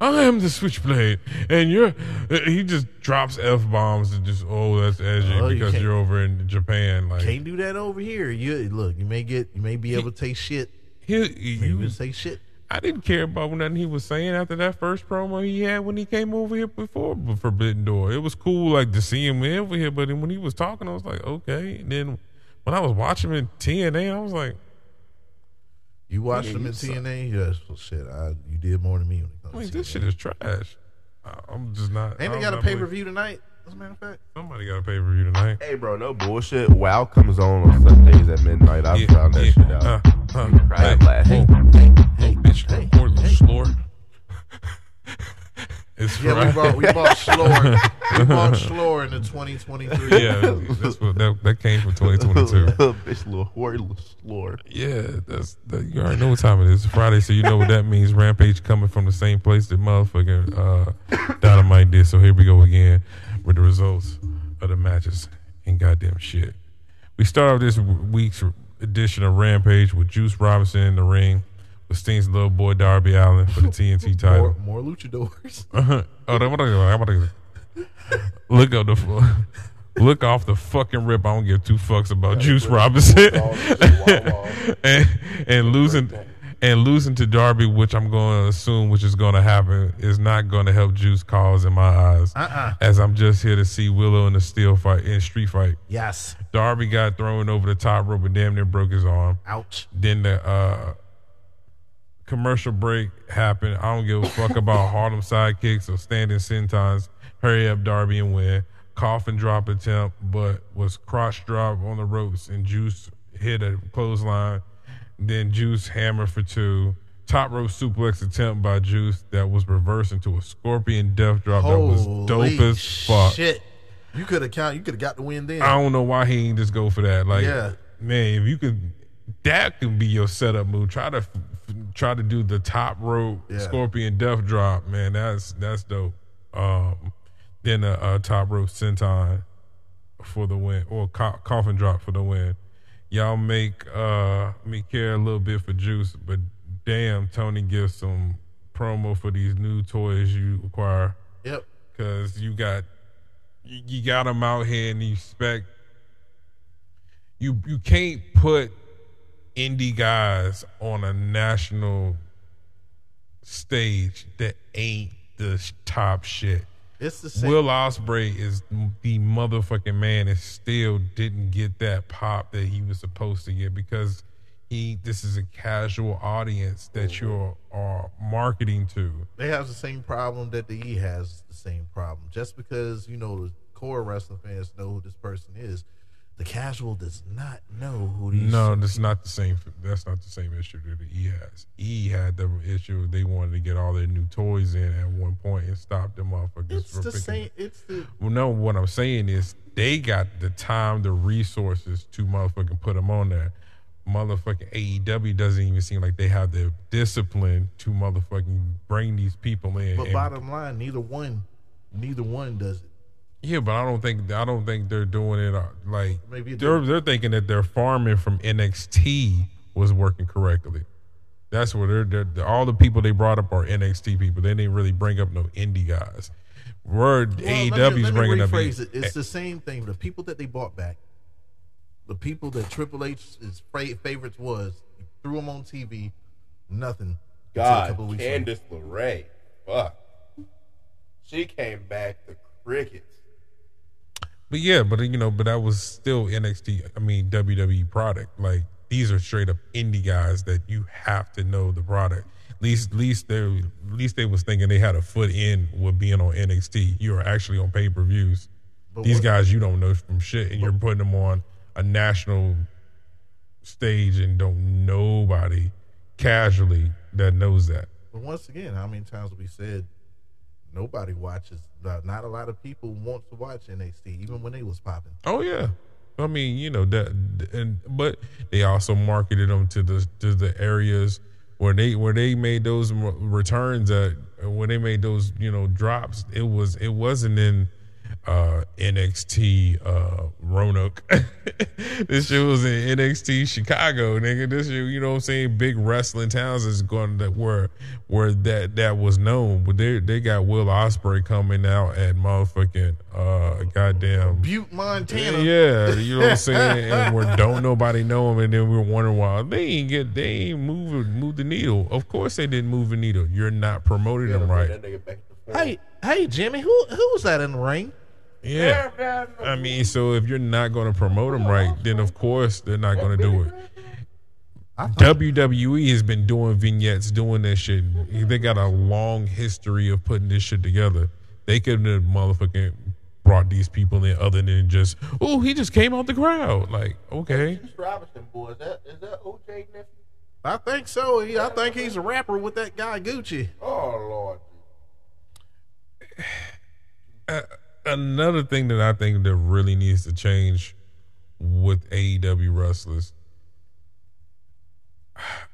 I am the Switchblade, and you're. uh, He just drops f bombs and just, oh, that's edgy Oh, you because can't- you are over in Japan. Like, Can't do that over here. You look, you may get, you may be able to take shit. he, Maybe you, say shit. I didn't care about nothing he was saying after that first promo he had when he came over here before B- Forbidden Door. It was cool, like to see him over here, but then when he was talking, I was like, okay. And then when I was watching him in TNA, I was like, You watched them in TNA. Yes, well, shit. I, you did more than me when it comes wait, to this TNA. shit is trash. I- I'm just not. Ain't I they got a don't pay per believe- view tonight? As a matter of fact, Somebody got a pay per view tonight. Hey, bro, no bullshit. WoW comes on on Sundays at midnight. I found that shit out. Uh, uh, Right up last- hey, hey, hey, hey, bitch, hey, poor little slore. it's yeah, we right. bought we bought Schlor. we bought Schlor in the 2023. yeah, that's what that, that came from 2022. Little bitch, little whore, little slore. Yeah, that's that, you already know what time it is. It's Friday, so you know what that means. Rampage coming from the same place that motherfucking uh, Dynamite did. So here we go again with the results of the matches and goddamn shit. We start off this w- week's edition of Rampage with Juice Robinson in the ring with Sting's little boy Darby Allen for the TNT title. More, more luchadors. Uh-huh. oh, that- what I- what I- look up the fu- look off the fucking rip. I don't give two fucks about Juice Robinson and, and losing and losing to Darby, which I'm going to assume, which is going to happen, is not going to help Juice cause in my eyes. Uh-uh. As I'm just here to see Willow in a steel fight in street fight. Yes. Darby got thrown over the top rope and damn near broke his arm. Ouch. Then the uh, commercial break happened. I don't give a fuck about Harlem sidekicks or standing sentons. Hurry up, Darby, and win. Coffin drop attempt, but was crotch drop on the ropes and Juice hit a clothesline. Then Juice hammer for two. Top rope suplex attempt by Juice that was reversed into a scorpion death drop that was dope Holy as fuck. Shit. You could have count. You could have got the win then. I don't know why he ain't just go for that. Like, Yeah. man, if you could, that could be your setup move. Try to f- f- try to do the top rope Yeah. scorpion death drop, man. That's that's dope. Um, then a, uh top rope senton for the win, or co- coffin drop for the win. Y'all make uh, me care a little bit for Juice, but damn, Tony gives some promo for these new toys you acquire Yep. because you got you, you got them out here and you expect you you can't put indie guys on a national stage that ain't the sh- top shit. It's the same. Will Osprey is the motherfucking man and still didn't get that pop that he was supposed to get because he this is a casual audience that you are marketing to. they have the same problem that the E has the same problem. Just because you know the core wrestling fans know who this person is, the casual does not know who these. No, that's not the same. That's not the same issue that the E has. E had the issue they wanted to get all their new toys in at one point and stop them off. It's the same. It's the Well, no, what I'm saying is they got the time, the resources to motherfucking put them on there. Motherfucking AEW doesn't even seem like they have the discipline to motherfucking bring these people in. but and- bottom line, neither one, neither one does it. yeah, but I don't think I don't think they're doing it uh, like Maybe it they're they're thinking that their farming from NXT was working correctly. That's what they're, they're all the people they brought up are NXT people. They didn't really bring up no indie guys. Word Well, let me- AEW's let me bringing up rephrase it. It's the same thing. The people that they bought back, the people that Triple H's fa- favorites was, you threw them on TV, nothing. until a couple of God, weeks later. Candace LeRae. Fuck. She came back the crickets. But yeah, but you know, but that was still NXT. I mean WWE product. Like these are straight up indie guys that you have to know the product. Least least they at least they was thinking they had a foot in with being on NXT. You are actually on pay per views. These what- guys you don't know from shit, and you're putting them on a national stage, and don't nobody casually that knows that. But once again, how many times we said nobody watches? Not not a lot of people want to watch NXT, even when they was popping. Oh yeah, I mean you know that, and but they also marketed them to the to the areas where they where they made those m- returns uh when they made those you know drops it was it wasn't in uh NXT uh Roanoke this shit was in NXT Chicago nigga this shit you know what I'm saying big wrestling towns is going to where where that that was known but they they got Will Osprey coming out at motherfucking uh goddamn Butte, Montana. yeah, you know what I'm saying. and we don't nobody know him, and then we're wondering why they ain't get they ain't move move the needle. Of course they didn't move the needle. You're not promoting them right. Hey, hey, Jimmy, who who was that in the ring? Yeah, I mean, so if you're not going to promote them right, then of course they're not going to do it. I thought, WWE has been doing vignettes, doing this shit. They got a long history of putting this shit together. They could have motherfucking brought these people in other than just, oh, he just came out the crowd. Like, okay. Robinson boy, is that is that OJ nephew? I think so. He, I think he's a rapper with that guy Gucci. Oh Lord. another thing that I think that really needs to change with AEW wrestlers.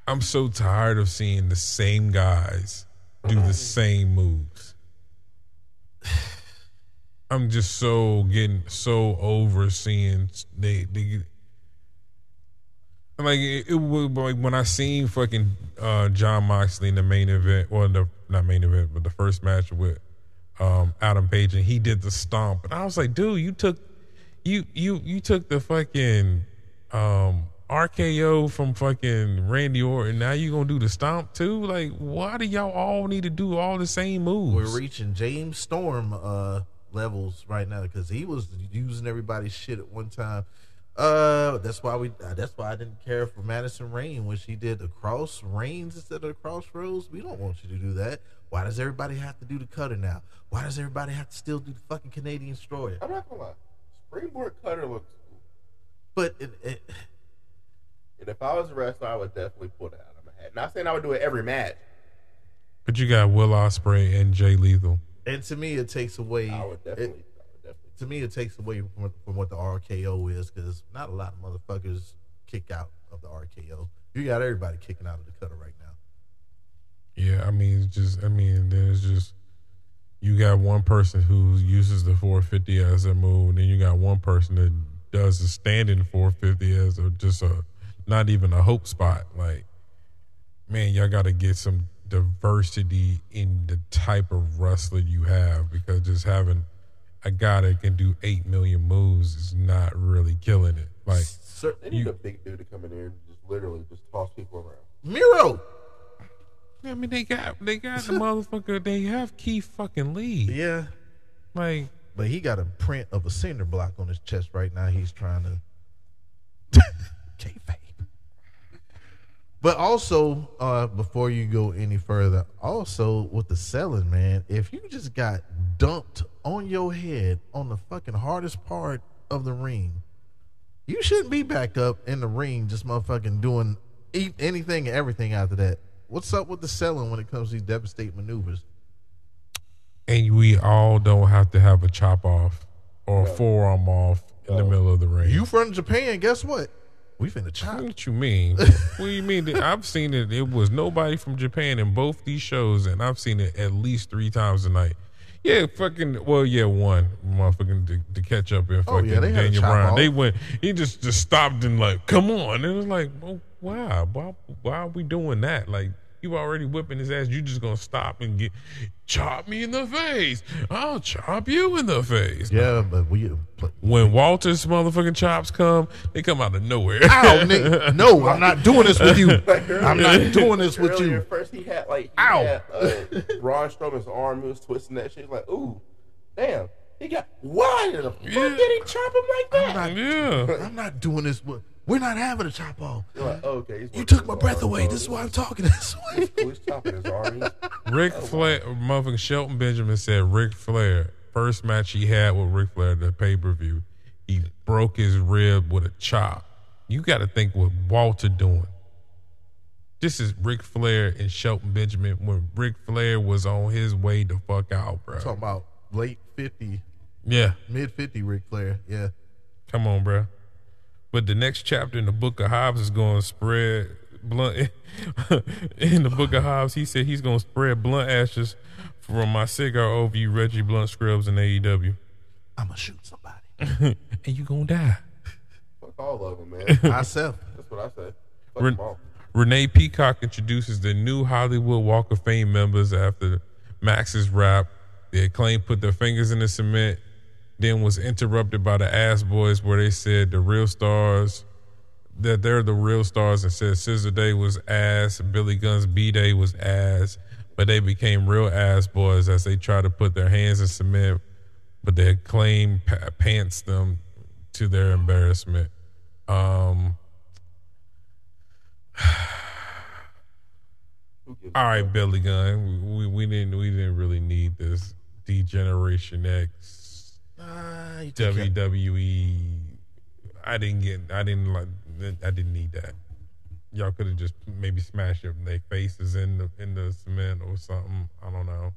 I'm so tired of seeing the same guys do the same moves. I'm just so getting so over seeing they they like it, it would like when I seen fucking uh, John Moxley in the main event, well, the not main event, but the first match with um, Adam Page, and he did the stomp, and I was like, dude, you took you you you took the fucking um, RKO from fucking Randy Orton. Now you gonna do the stomp too? Like, why do y'all all need to do all the same We're moves? reaching James Storm uh, levels right now because he was using everybody's shit at one time. Uh, that's why we. Uh, that's why I didn't care for Madison Rain when she did the cross rains instead of the crossroads. We don't want you to do that. Why does everybody have to do the cutter now? Why does everybody have to still do the fucking Canadian destroyer? I'm not gonna lie. Springboard cutter looks cool. But it, it, And if I was a wrestler, I would definitely pull that out of my hat. Not saying I would do it every match. But you got Will Ospreay and Jay Lethal. and to me, it takes away. I would it- definitely I would definitely to me, it takes away from, from what the RKO is because not a lot of motherfuckers kick out of the RKO. You got everybody kicking out of the cutter right now. Yeah, I mean, it's just I mean, then it's just you got one person who uses the 450 as a move, then you got one person that does the standing 450 as a, just a not even a hope spot. Like, man, y'all got to get some diversity in the type of wrestler you have because just having a guy that can do eight million moves is not really killing it. Like, Sir, They need You- a big dude to come in there and just literally just toss people around. Miro. I mean, they got they got the motherfucker. They have Keith fucking Lee. Yeah, Like. but he got a print of a cinder block on his chest right now. He's trying to. Kayfabe. But also, uh, before you go any further, also with the selling, man, if you just got dumped on your head on the fucking hardest part of the ring, you shouldn't be back up in the ring just motherfucking doing eat anything and everything after that. What's up with the selling when it comes to these devastating maneuvers? and we all don't have to have a chop off or a forearm off in the middle of the ring. You from Japan, guess what? We finna chop. what you mean? what do you mean? that- I've seen it. It was nobody from Japan in both these shows, and I've seen it at least three times a night. Yeah, fucking. Well, yeah, one motherfucking to, to catch up and Oh, fucking yeah, they had a Daniel chop Bryan. off. They went. He just just stopped and like, come on. And it was like, well, why? Why? Why are we doing that? Like. You already whipping his ass. You just gonna stop and get chop me in the face. I'll chop you in the face. Yeah, but we but- when Walter's motherfucking chops come, they come out of nowhere. Ow, nigga. No, I'm not doing this with you. I'm not doing this with Earlier, you. first he had like he Ow. had, uh, Braun Strowman's arm. He was twisting that shit. Like, ooh, damn. He got why the fuck Yeah. did he chop him like that? yeah. I'm not doing this with we're not having a chop off. You're like, oh, okay, You he's working took his my arm, breath away. bro. This is why I'm talking this way. Who's chopping his arm? He's- Rick Flair, motherfucking Shelton Benjamin said Rick Flair, first match he had with Ric Flair, the pay per view, he broke his rib with a chop. You got to think what Walter doing. This is Ric Flair and Shelton Benjamin when Ric Flair was on his way to fuck out, bro. Talking about late 50, yeah. mid 50 Ric Flair. Yeah. Come on, bro. But the next chapter in the book of Hobbes is going to spread blunt in the Book of Hobbs. He said he's gonna spread blunt ashes from my cigar over you, Reggie Blunt Scrubs E and AEW, I'm gonna shoot somebody. and you gonna die. Fuck all of them, man. Myself. That's what I say. Fuck Ren- them all. Renee Peacock introduces the new Hollywood Walk of Fame members after Max's rap. The acclaim put their fingers in the cement, then was interrupted by the Ass Boys, where they said the real stars that they're the real stars and said Scissor Day was ass, Billy Gunn's B Day was ass, but they became real ass boys as they tried to put their hands in cement, but their acclaim pa- pants them to their embarrassment. Um, All right, Billy Gunn. We, we didn't we didn't really need this Degeneration X Ah, you think I- WWE. I didn't get. I didn't like. I didn't need that. Y'all could have just maybe smashed their their faces in the in the cement or something. I don't know.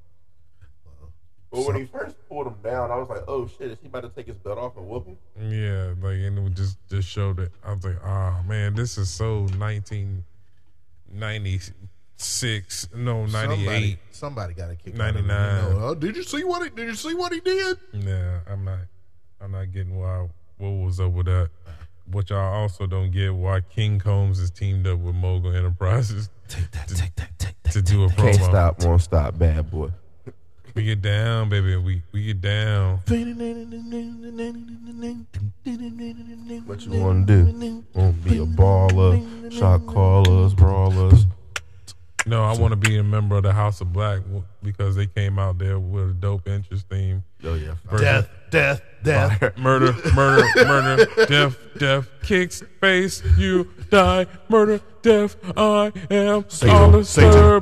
But when he first pulled him down, I was like, "Oh shit, is he about to take his belt off and whoop him?" Yeah, like and it would just just showed it. I was like, oh man, this is so 1996. No, 98. Somebody, somebody got to kick 99. Out of it. You know, oh, did you see what he? Did you see what he did? Nah, I'm not. I'm not getting why what was up with that. What y'all also don't get why King Combs is teamed up with Mogul Enterprises Take that. Take that. Take that. to do a Can't promo. stop, won't stop, bad boy. We get down, baby. We we get down. What you want to do? Want to be a baller, shot callers, brawlers. No, I want to be a member of the House of Black w- because they came out there with a dope interest theme. Oh yeah, Death. Death. Death. Murder, murder, murder, death, death, kicks, face, you die, murder, death, I am Satan. Satan,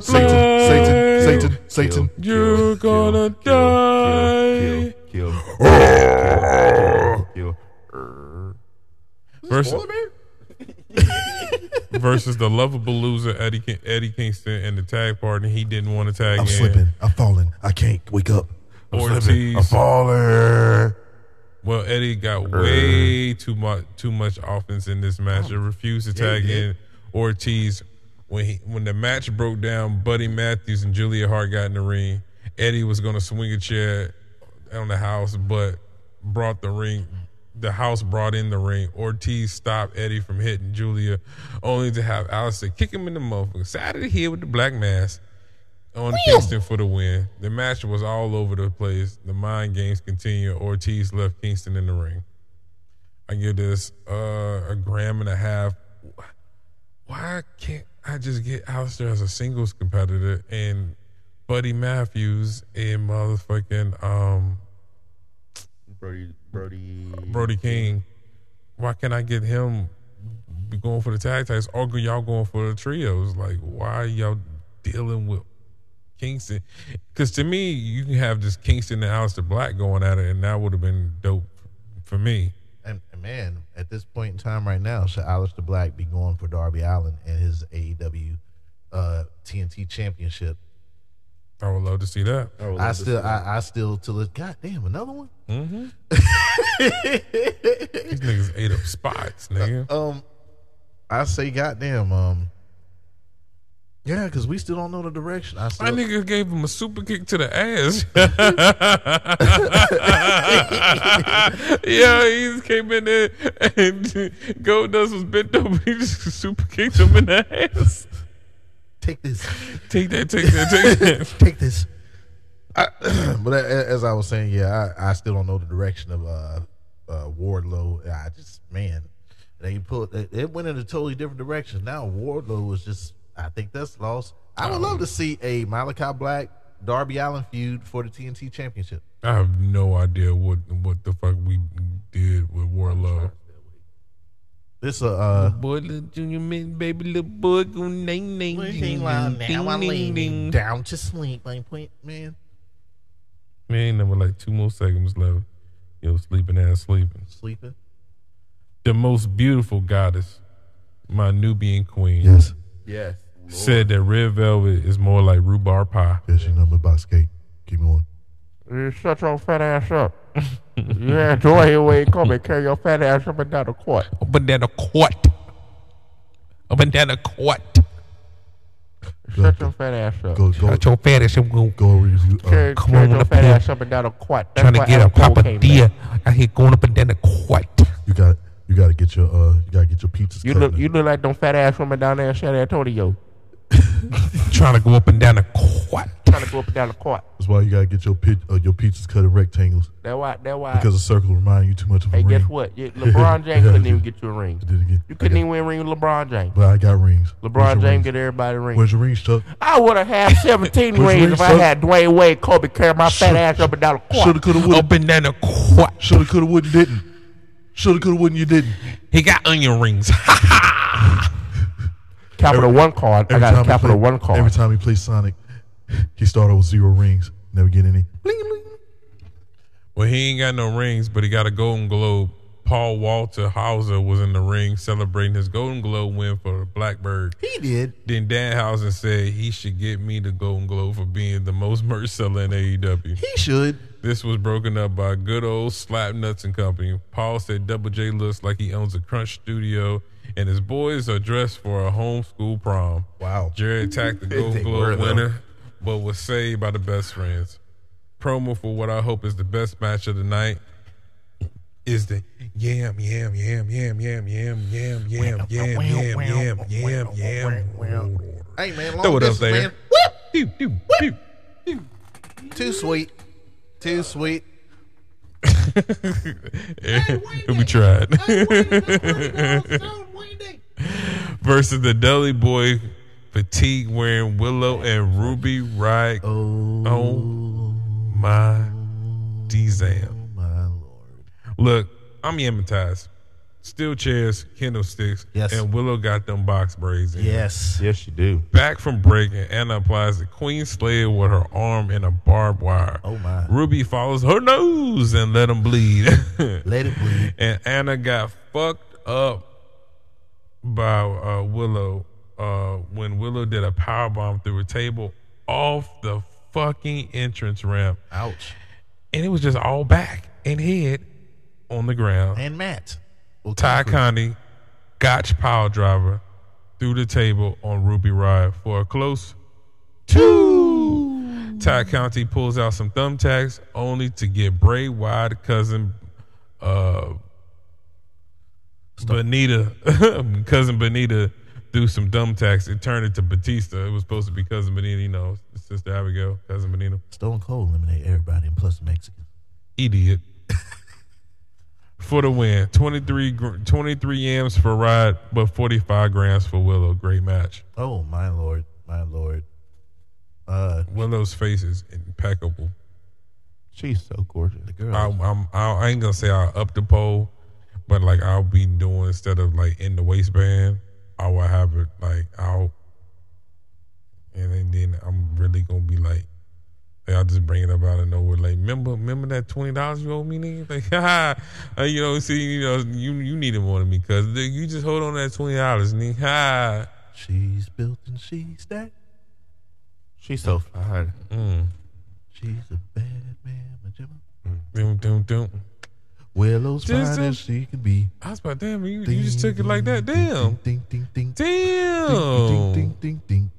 Satan. Satan. Satan. Satan. Satan. You're gonna die. Kill, kill, kill, kill. Versus, versus the lovable loser Eddie, King, Eddie Kingston and the tag partner he didn't want to tag I'm in. slipping. I'm falling. I can't wake up. I'm slipping. I'm Ortiz. falling. Well, Eddie got way too much too much offense in this match. It refused to tag in Ortiz when he when the match broke down. Buddy Matthews and Julia Hart got in the ring. Eddie was going to swing a chair on the house, but brought the ring. The house brought in the ring. Ortiz stopped Eddie from hitting Julia, only to have Alistair kick him in the motherfucker side of the head with the black mask on Kingston for the win. The match was all over the place. The mind games continue. Ortiz left Kingston in the ring. I give this uh, a gram and a half. Why can't I just get Alistair as a singles competitor and Buddy Matthews and motherfucking um, Brody, Brody, Brody King? Why can't I get him be going for the tag titles or go- y'all going for the trios? Like, why are y'all dealing with Kingston? Because to me, you can have just Kingston and Alistair Black going at it, and that would have been dope for me. And, and man, at this point in time right now, should Alistair Black be going for Darby Allen and his AEW uh, TNT Championship? I would love to see Oh, that. I still, I, I still, till it, God damn, another one. These niggas ate up spots, nigga. Um, I say, goddamn, um, yeah, because we still don't know the direction. I My still, nigga gave him a super kick to the ass. yeah, he just came in there and Gold Dust was bent over. He just super kicked him in the ass. take this, Take that, take that, take that. take this. I, but a- a- as I was saying, yeah, I, I still don't know the direction of uh, uh Wardlow. I just, man, they put it, it went in a totally different direction. Now Wardlow is just, I think that's lost. I would love to see a Malachi Black Darby Allen feud for the TNT Championship. I have no idea what what the fuck we did with Warlow. This uh, uh Boy, little junior man, baby, little boy, go name, name, ding, ding, ding, ding, ding. down to sleep. Like point, man. Man, there were like two more seconds left. Yo, sleeping ass sleeping. Sleeping. The most beautiful goddess, my Nubian queen, Yes. Lord. said that red velvet is more like rhubarb pie. Yes, you know my box cake. Keep on. You shut your fat ass up. yeah, enjoy it when you come and carry your fat ass up and down the court. Up and down the court. Up and down the court. Shut your fat ass up. Go, go, Got your fat ass. I'm gonna go over you. Uh, Shut, come shut on your up fat here. ass up and down a quad. That's trying to why get a Al Gore Papa came back. Dia. I hear going up and down the court. you got you got to get your uh you got to get your pizzas. You cut look, now. you look like them fat ass women down there in San Antonio Trying to go up and down the court. trying to go up and down the court. That's why you got to get your pi- uh, your pizzas cut in rectangles That's why. That's why. because a circle reminds you too much of a hey, ring. guess what? You- LeBron James couldn't even get you a ring. I did it again. You couldn't I got- even win a ring with LeBron James. But I got rings. Where's LeBron your James rings? get everybody a ring. Where's your rings, Chuck? I would have had 17 Where's rings your if ring, I son? had Dwayne Wade, Kobe, carry my fat Shoulda- ass up and down the court. Shoulda, coulda, Oh. woulda. Up and down the court. Shoulda, coulda, woulda, didn't. Shoulda, coulda, woulda, you didn't. He got onion rings. Capital One card. I got a he Capital play- One card. Every time he plays Sonic, he started with zero rings, never get any. Well, he ain't got no rings, but he got a Golden Globe. Paul Walter Hauser was in the ring celebrating his Golden Globe win for the Blackbird. He did. Then Danhausen said he should get me the Golden Globe for being the most merch seller in E AEW. He should. This was broken up by good old Slap Nuts and Company. Paul said Double J looks like he owns a Crunch studio, and his boys are dressed for a homeschool prom. Wow. Jared attacked the They Golden were, Globe though. winner, but was saved by the best friends. Promo for what I hope is the best match of the night is the yam yam yam yam yam yam yam yam yam yam yam yam yam yam. Hey man, Throw it up there. Pew, pew, pew. Too sweet. Too sweet. we tried. Versus the Deli Boy fatigue wearing Willow and Ruby Right. Oh, Oh my D-Zam. my lord. Look, I'm hypnotized. Steel chairs, Kindle sticks, Yes. and Willow got them box braids. in. Yes. yes, you do. Back from break, and Anna applies the Queen Slayer with her arm in a barbed wire. Oh, my. Ruby follows her nose and let him bleed. Let it bleed. and Anna got fucked up by uh, Willow uh, when Willow did a power bomb through a table off the fucking entrance ramp, Ouch. and it was just all back and head on the ground. And Matt. Well, Ty Conklin. Conti, Gotch Power Driver, through the table on Ruby Ride for a close two. Ty Conti pulls out some thumbtacks only to get Bray Wide cousin uh Benita cousin Benita through some thumbtacks. It turned into Batista. It was supposed to be cousin Benita, you know, sister Abigail, cousin Benita. Stone Cold eliminate everybody and plus the Mexican. Idiot. for the win. 23, gr- 23 yams for Rod, but 45 grams for Willow. Great match. Oh my lord. My lord. Uh, Willow's face is impeccable. She's so gorgeous. the girl. I, I'm, I, I ain't going to say I'll up the pole, but like I'll be doing instead of like in the waistband, I will have it like out. And then, then I'm really going to be like, I'll just bring it up out of nowhere. Like, remember, remember that twenty dollars you owe me, nigga? Like, ha, ha. Uh, you know, see, you know, you you need it more than me, cause nigga, you just hold on to that twenty dollars, nigga. Ha. she's built and she's stacked. She's so fine. Mm. She's a bad man, my Gemma. Dum, dum, dum. Willow's Just fine a- as she can be. I was about, damn, you, you just took it like that, damn, Ding, ding, ding, ding, ding, damn. ding, ding, ding.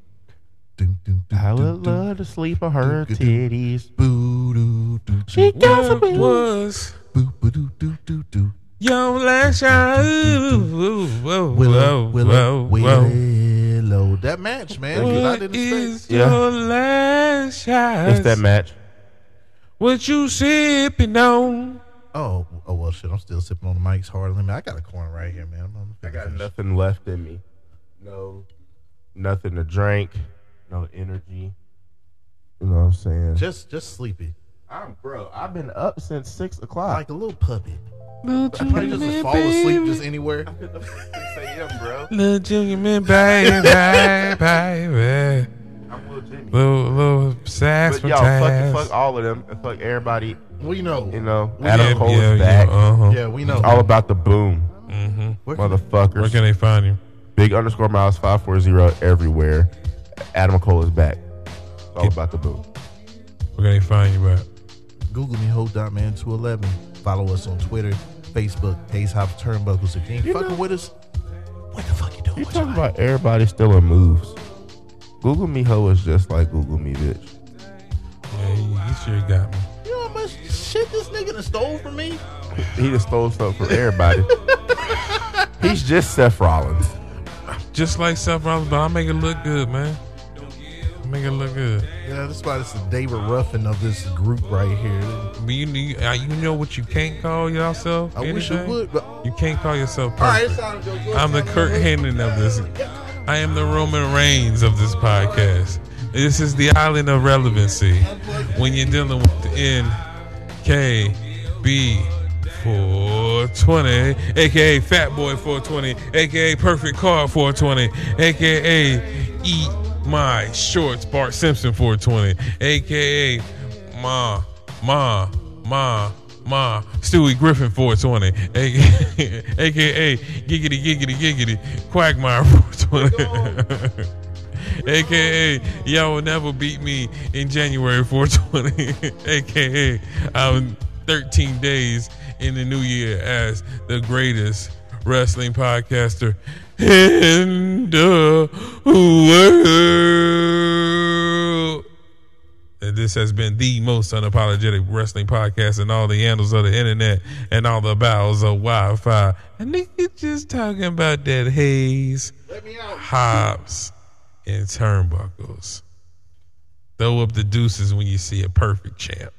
Ding, ding, ding, I ding, would ding. love to sleep on her titties. Boo, doo, doo, She doo. got some What big- was Boo, boo, doo, doo, doo, doo. your last shot? Ooh, ooh, whoa, Willow, whoa, Willow, whoa, whoa. Willow. That match, man. 'cause I What didn't is expect- Yeah. your last shot? It's that match. What you sipping on? Oh, oh well, shit. I'm still sipping on the Mike's hard lemon. I got a corn right here, man. I'm, I'm I got nothing left in me. No, nothing to drink. No energy. You know what I'm saying? Just, just sleepy, I'm bro. I've been up since six o'clock. like a little puppy. Little Probably Junior just Man, fall asleep baby. just anywhere. bro. Little Junior Man, baby, baby. I'm Lil Jimmy. Little, little sass But from y'all, fuck, Taz. fuck all of them and fuck everybody. We know. You know, We Adam did, Cole is back. uh-huh. Yeah, we know. All about the boom, Where can- Where motherfuckers. can they find you? Big underscore miles five four zero everywhere. Adam Cole is back. It's all about the boom. Where can they find you at? Google me, ho dot man two eleven. Follow us on Twitter, Facebook, Ace Hop Turnbuckles. If you ain't fucking with us, what the fuck you doing? You with your talking about everybody still in moves? Google me hoe is just like Google me bitch. Yeah, you you sure got me. You know how much shit this nigga done stole from me? He just stole something from everybody. He's just Seth Rollins. Just like Seth Rollins, but I make it look good, man. I make it look good. Yeah, that's why it's the David Ruffin of this group right here. But you, you, uh, you know what you can't call yourself? I wish I Anything? would, but You can't call yourself All right, perfect. it's time to go. I'm the Kurt Henning of this. I am the Roman Reigns of this podcast. This is the island of relevancy when you're dealing with the NKB 420, aka Fat Boy 420, aka Perfect Car 420, aka Eat My Shorts Bart Simpson 420, aka Ma Ma Ma Ma Stewie Griffin 420, aka, aka Giggity Giggity Giggity Quagmire 420. AKA, y'all will never beat me in January 420. AKA, I'm 13 days in the new year as the greatest wrestling podcaster in the world. And this has been the most unapologetic wrestling podcast in all the annals of the internet and all the bowels of Wi Fi. And nigga just talking about that haze, hops, and turnbuckles. Throw up the deuces when you see a perfect champ.